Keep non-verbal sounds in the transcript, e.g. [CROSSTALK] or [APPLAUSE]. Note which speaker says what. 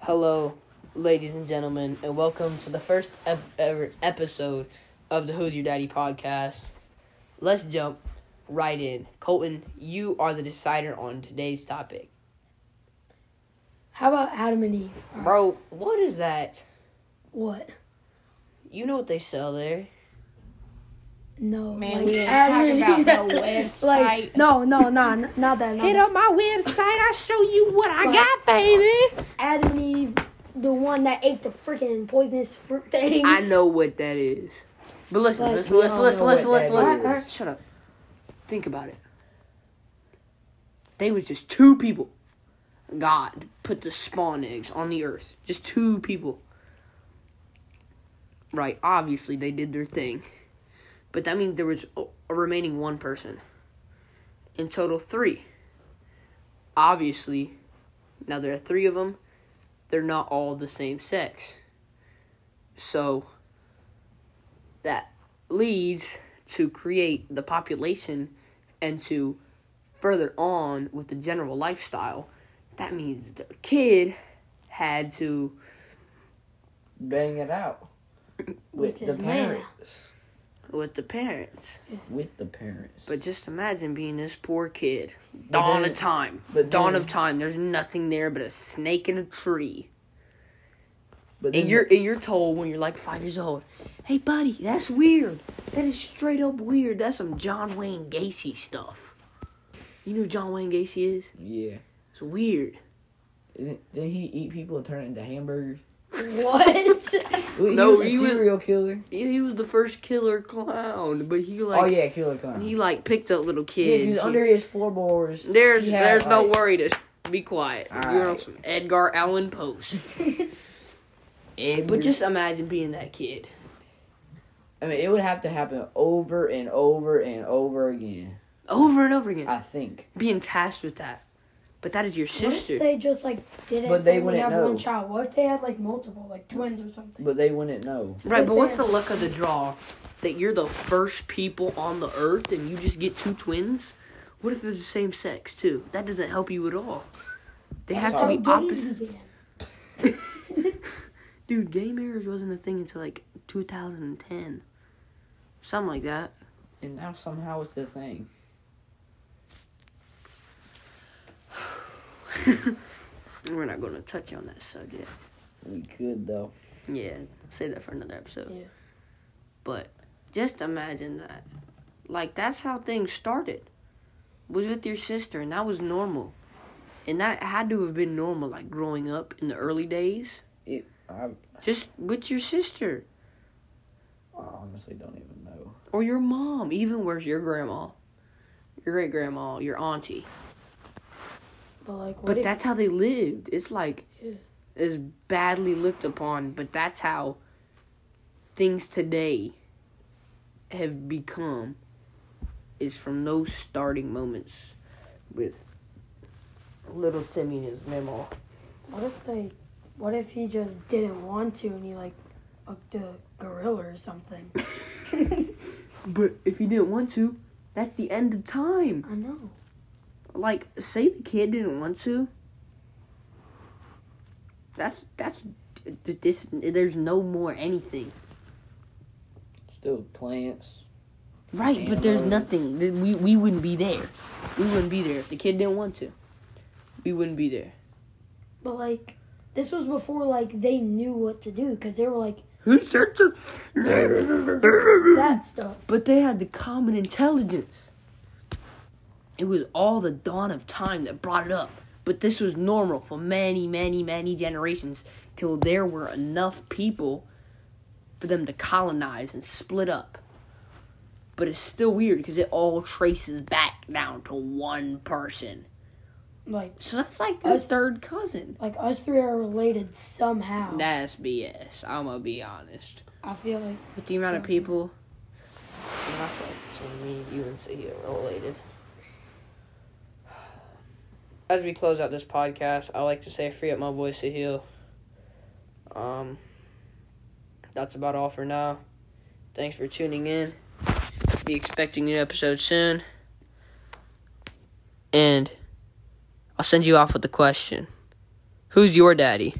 Speaker 1: Hello, ladies and gentlemen, and welcome to the first ep- ever episode of the Who's Your Daddy podcast. Let's jump right in. Colton, you are the decider on today's topic.
Speaker 2: How about Adam and Eve?
Speaker 1: Bro, what is that?
Speaker 2: What?
Speaker 1: You know what they sell there.
Speaker 2: No.
Speaker 3: Man,
Speaker 2: like,
Speaker 3: we ain't
Speaker 2: Adam and
Speaker 3: talking about
Speaker 2: Eve. [LAUGHS]
Speaker 3: no website.
Speaker 2: like, no, no, nah, n- not that. Not that.
Speaker 1: up my website, I'll show you what I got, baby.
Speaker 2: Adam and Eve, the one that ate the freaking poisonous fruit thing.
Speaker 1: I know what that is. But listen,
Speaker 2: Like,
Speaker 1: listen, listen, listen, listen,
Speaker 4: what
Speaker 1: listen,
Speaker 4: that
Speaker 1: listen.
Speaker 2: is.
Speaker 1: Shut up. Think about it. They was just two people. God put the spawn eggs on the earth. Just two people. Right, obviously they did their thing. But that means there was a a remaining one person. In total, three. Obviously, now there are three of them. They're not all the same sex. So, that leads to create the population and to further on with the general lifestyle. That means the kid had to
Speaker 4: bang
Speaker 1: [LAUGHS]
Speaker 4: it out
Speaker 2: With
Speaker 4: with,
Speaker 2: his
Speaker 4: the
Speaker 2: man.
Speaker 4: parents.
Speaker 1: with the parents.
Speaker 4: With the parents.
Speaker 1: But just imagine being this poor kid. Dawn
Speaker 4: then-
Speaker 1: of time.
Speaker 4: but
Speaker 1: Dawn
Speaker 4: then-
Speaker 1: of time. There's nothing there but a snake and a tree.
Speaker 4: but
Speaker 1: And you're and you're told when you're like five years old, hey buddy, that's weird. That is straight up weird. That's some John Wayne Gacy stuff. You know who John Wayne Gacy is?
Speaker 4: yeah.
Speaker 1: It's weird.
Speaker 4: Isn't- Didn't he eat people and turn it into hamburgers?
Speaker 2: [LAUGHS] what?
Speaker 4: Well,
Speaker 1: No,
Speaker 4: he was a
Speaker 1: he was-
Speaker 4: serial killer.
Speaker 1: He, he was the first killer clown, but he like
Speaker 4: oh yeah, killer clown.
Speaker 1: he like picked up little
Speaker 4: yeah,
Speaker 1: kids.
Speaker 4: he's under his floorboards.
Speaker 1: there's
Speaker 4: He had,
Speaker 1: there's no
Speaker 4: like-
Speaker 1: worry to be quiet.
Speaker 4: All
Speaker 1: You're on
Speaker 4: right.
Speaker 1: some Edgar Allan Poe's.
Speaker 4: Edgar-
Speaker 1: but just imagine being that kid.
Speaker 4: I mean, it would have to happen over and over and over again.
Speaker 1: Over and over again.
Speaker 4: I think.
Speaker 1: being tasked with that. But that is your
Speaker 2: What if
Speaker 1: sister.
Speaker 2: they just like didn't
Speaker 4: But they
Speaker 2: only
Speaker 4: wouldn't
Speaker 2: have
Speaker 4: know.
Speaker 2: one child? What if they had like multiple, like twins or something?
Speaker 4: But they wouldn't know.
Speaker 1: Right, but what's
Speaker 2: Fair.
Speaker 1: the luck of the draw that you're the first people on the earth and you just get two twins? What if they're the same sex too? That doesn't help you at all. They have to
Speaker 2: How
Speaker 1: be
Speaker 2: gays
Speaker 1: opposite.
Speaker 2: began.
Speaker 1: Dude, gay marriage wasn't a thing until like 2010, something like that.
Speaker 4: And now somehow it's the thing.
Speaker 1: We're not going to touch on that subject.
Speaker 4: We could though.
Speaker 1: Yeah, save that for another episode.
Speaker 2: Yeah.
Speaker 1: But just imagine that. Like that's how things started. Was with your sister and that was normal. And that had to have been normal like growing up in the early days.
Speaker 4: I
Speaker 1: Just with your sister
Speaker 4: I honestly don't even know.
Speaker 1: or your mom, even worse your grandma. Your great grandma, your auntie.
Speaker 2: But like, what
Speaker 1: But
Speaker 2: if
Speaker 1: that's how they lived. It's like
Speaker 2: Yeah.
Speaker 1: it's badly looked upon, but that's how things today have become is from those starting moments with little Timmy and his memo.
Speaker 2: what if they what if he just didn't want to and he like fucked a gorilla or something?
Speaker 1: But if he didn't want to, that's the end of time.
Speaker 2: I know.
Speaker 1: Like, say the kid didn't want to. That's that's th- this. There's no more anything.
Speaker 4: Still plants.
Speaker 1: Right, but there's
Speaker 4: Animals.
Speaker 1: nothing. th- We we wouldn't be there. We wouldn't be there if the kid didn't want to. We wouldn't be there.
Speaker 2: But like, this was before like they knew what to do because they were like that stuff.
Speaker 1: But they had the common intelligence. It was all the dawn of time that brought it up. But this was normal for many, many, many generations till there were enough people for them to colonize and split up. But it's still weird because it all traces back down to one person.
Speaker 2: Like,
Speaker 1: So that's like their
Speaker 2: Us-
Speaker 1: third cousin.
Speaker 2: like us three are related somehow.
Speaker 1: That's BS. I'm gonna be honest.
Speaker 2: I feel like
Speaker 1: With the amount of people, that's like between me, you, and Sia related. As we close out this podcast, I like to say free up my boy Sahil. Um, that's about all for now. Thanks for tuning in. Be expecting new episode soon. And I'll send you off with the question Who's your daddy?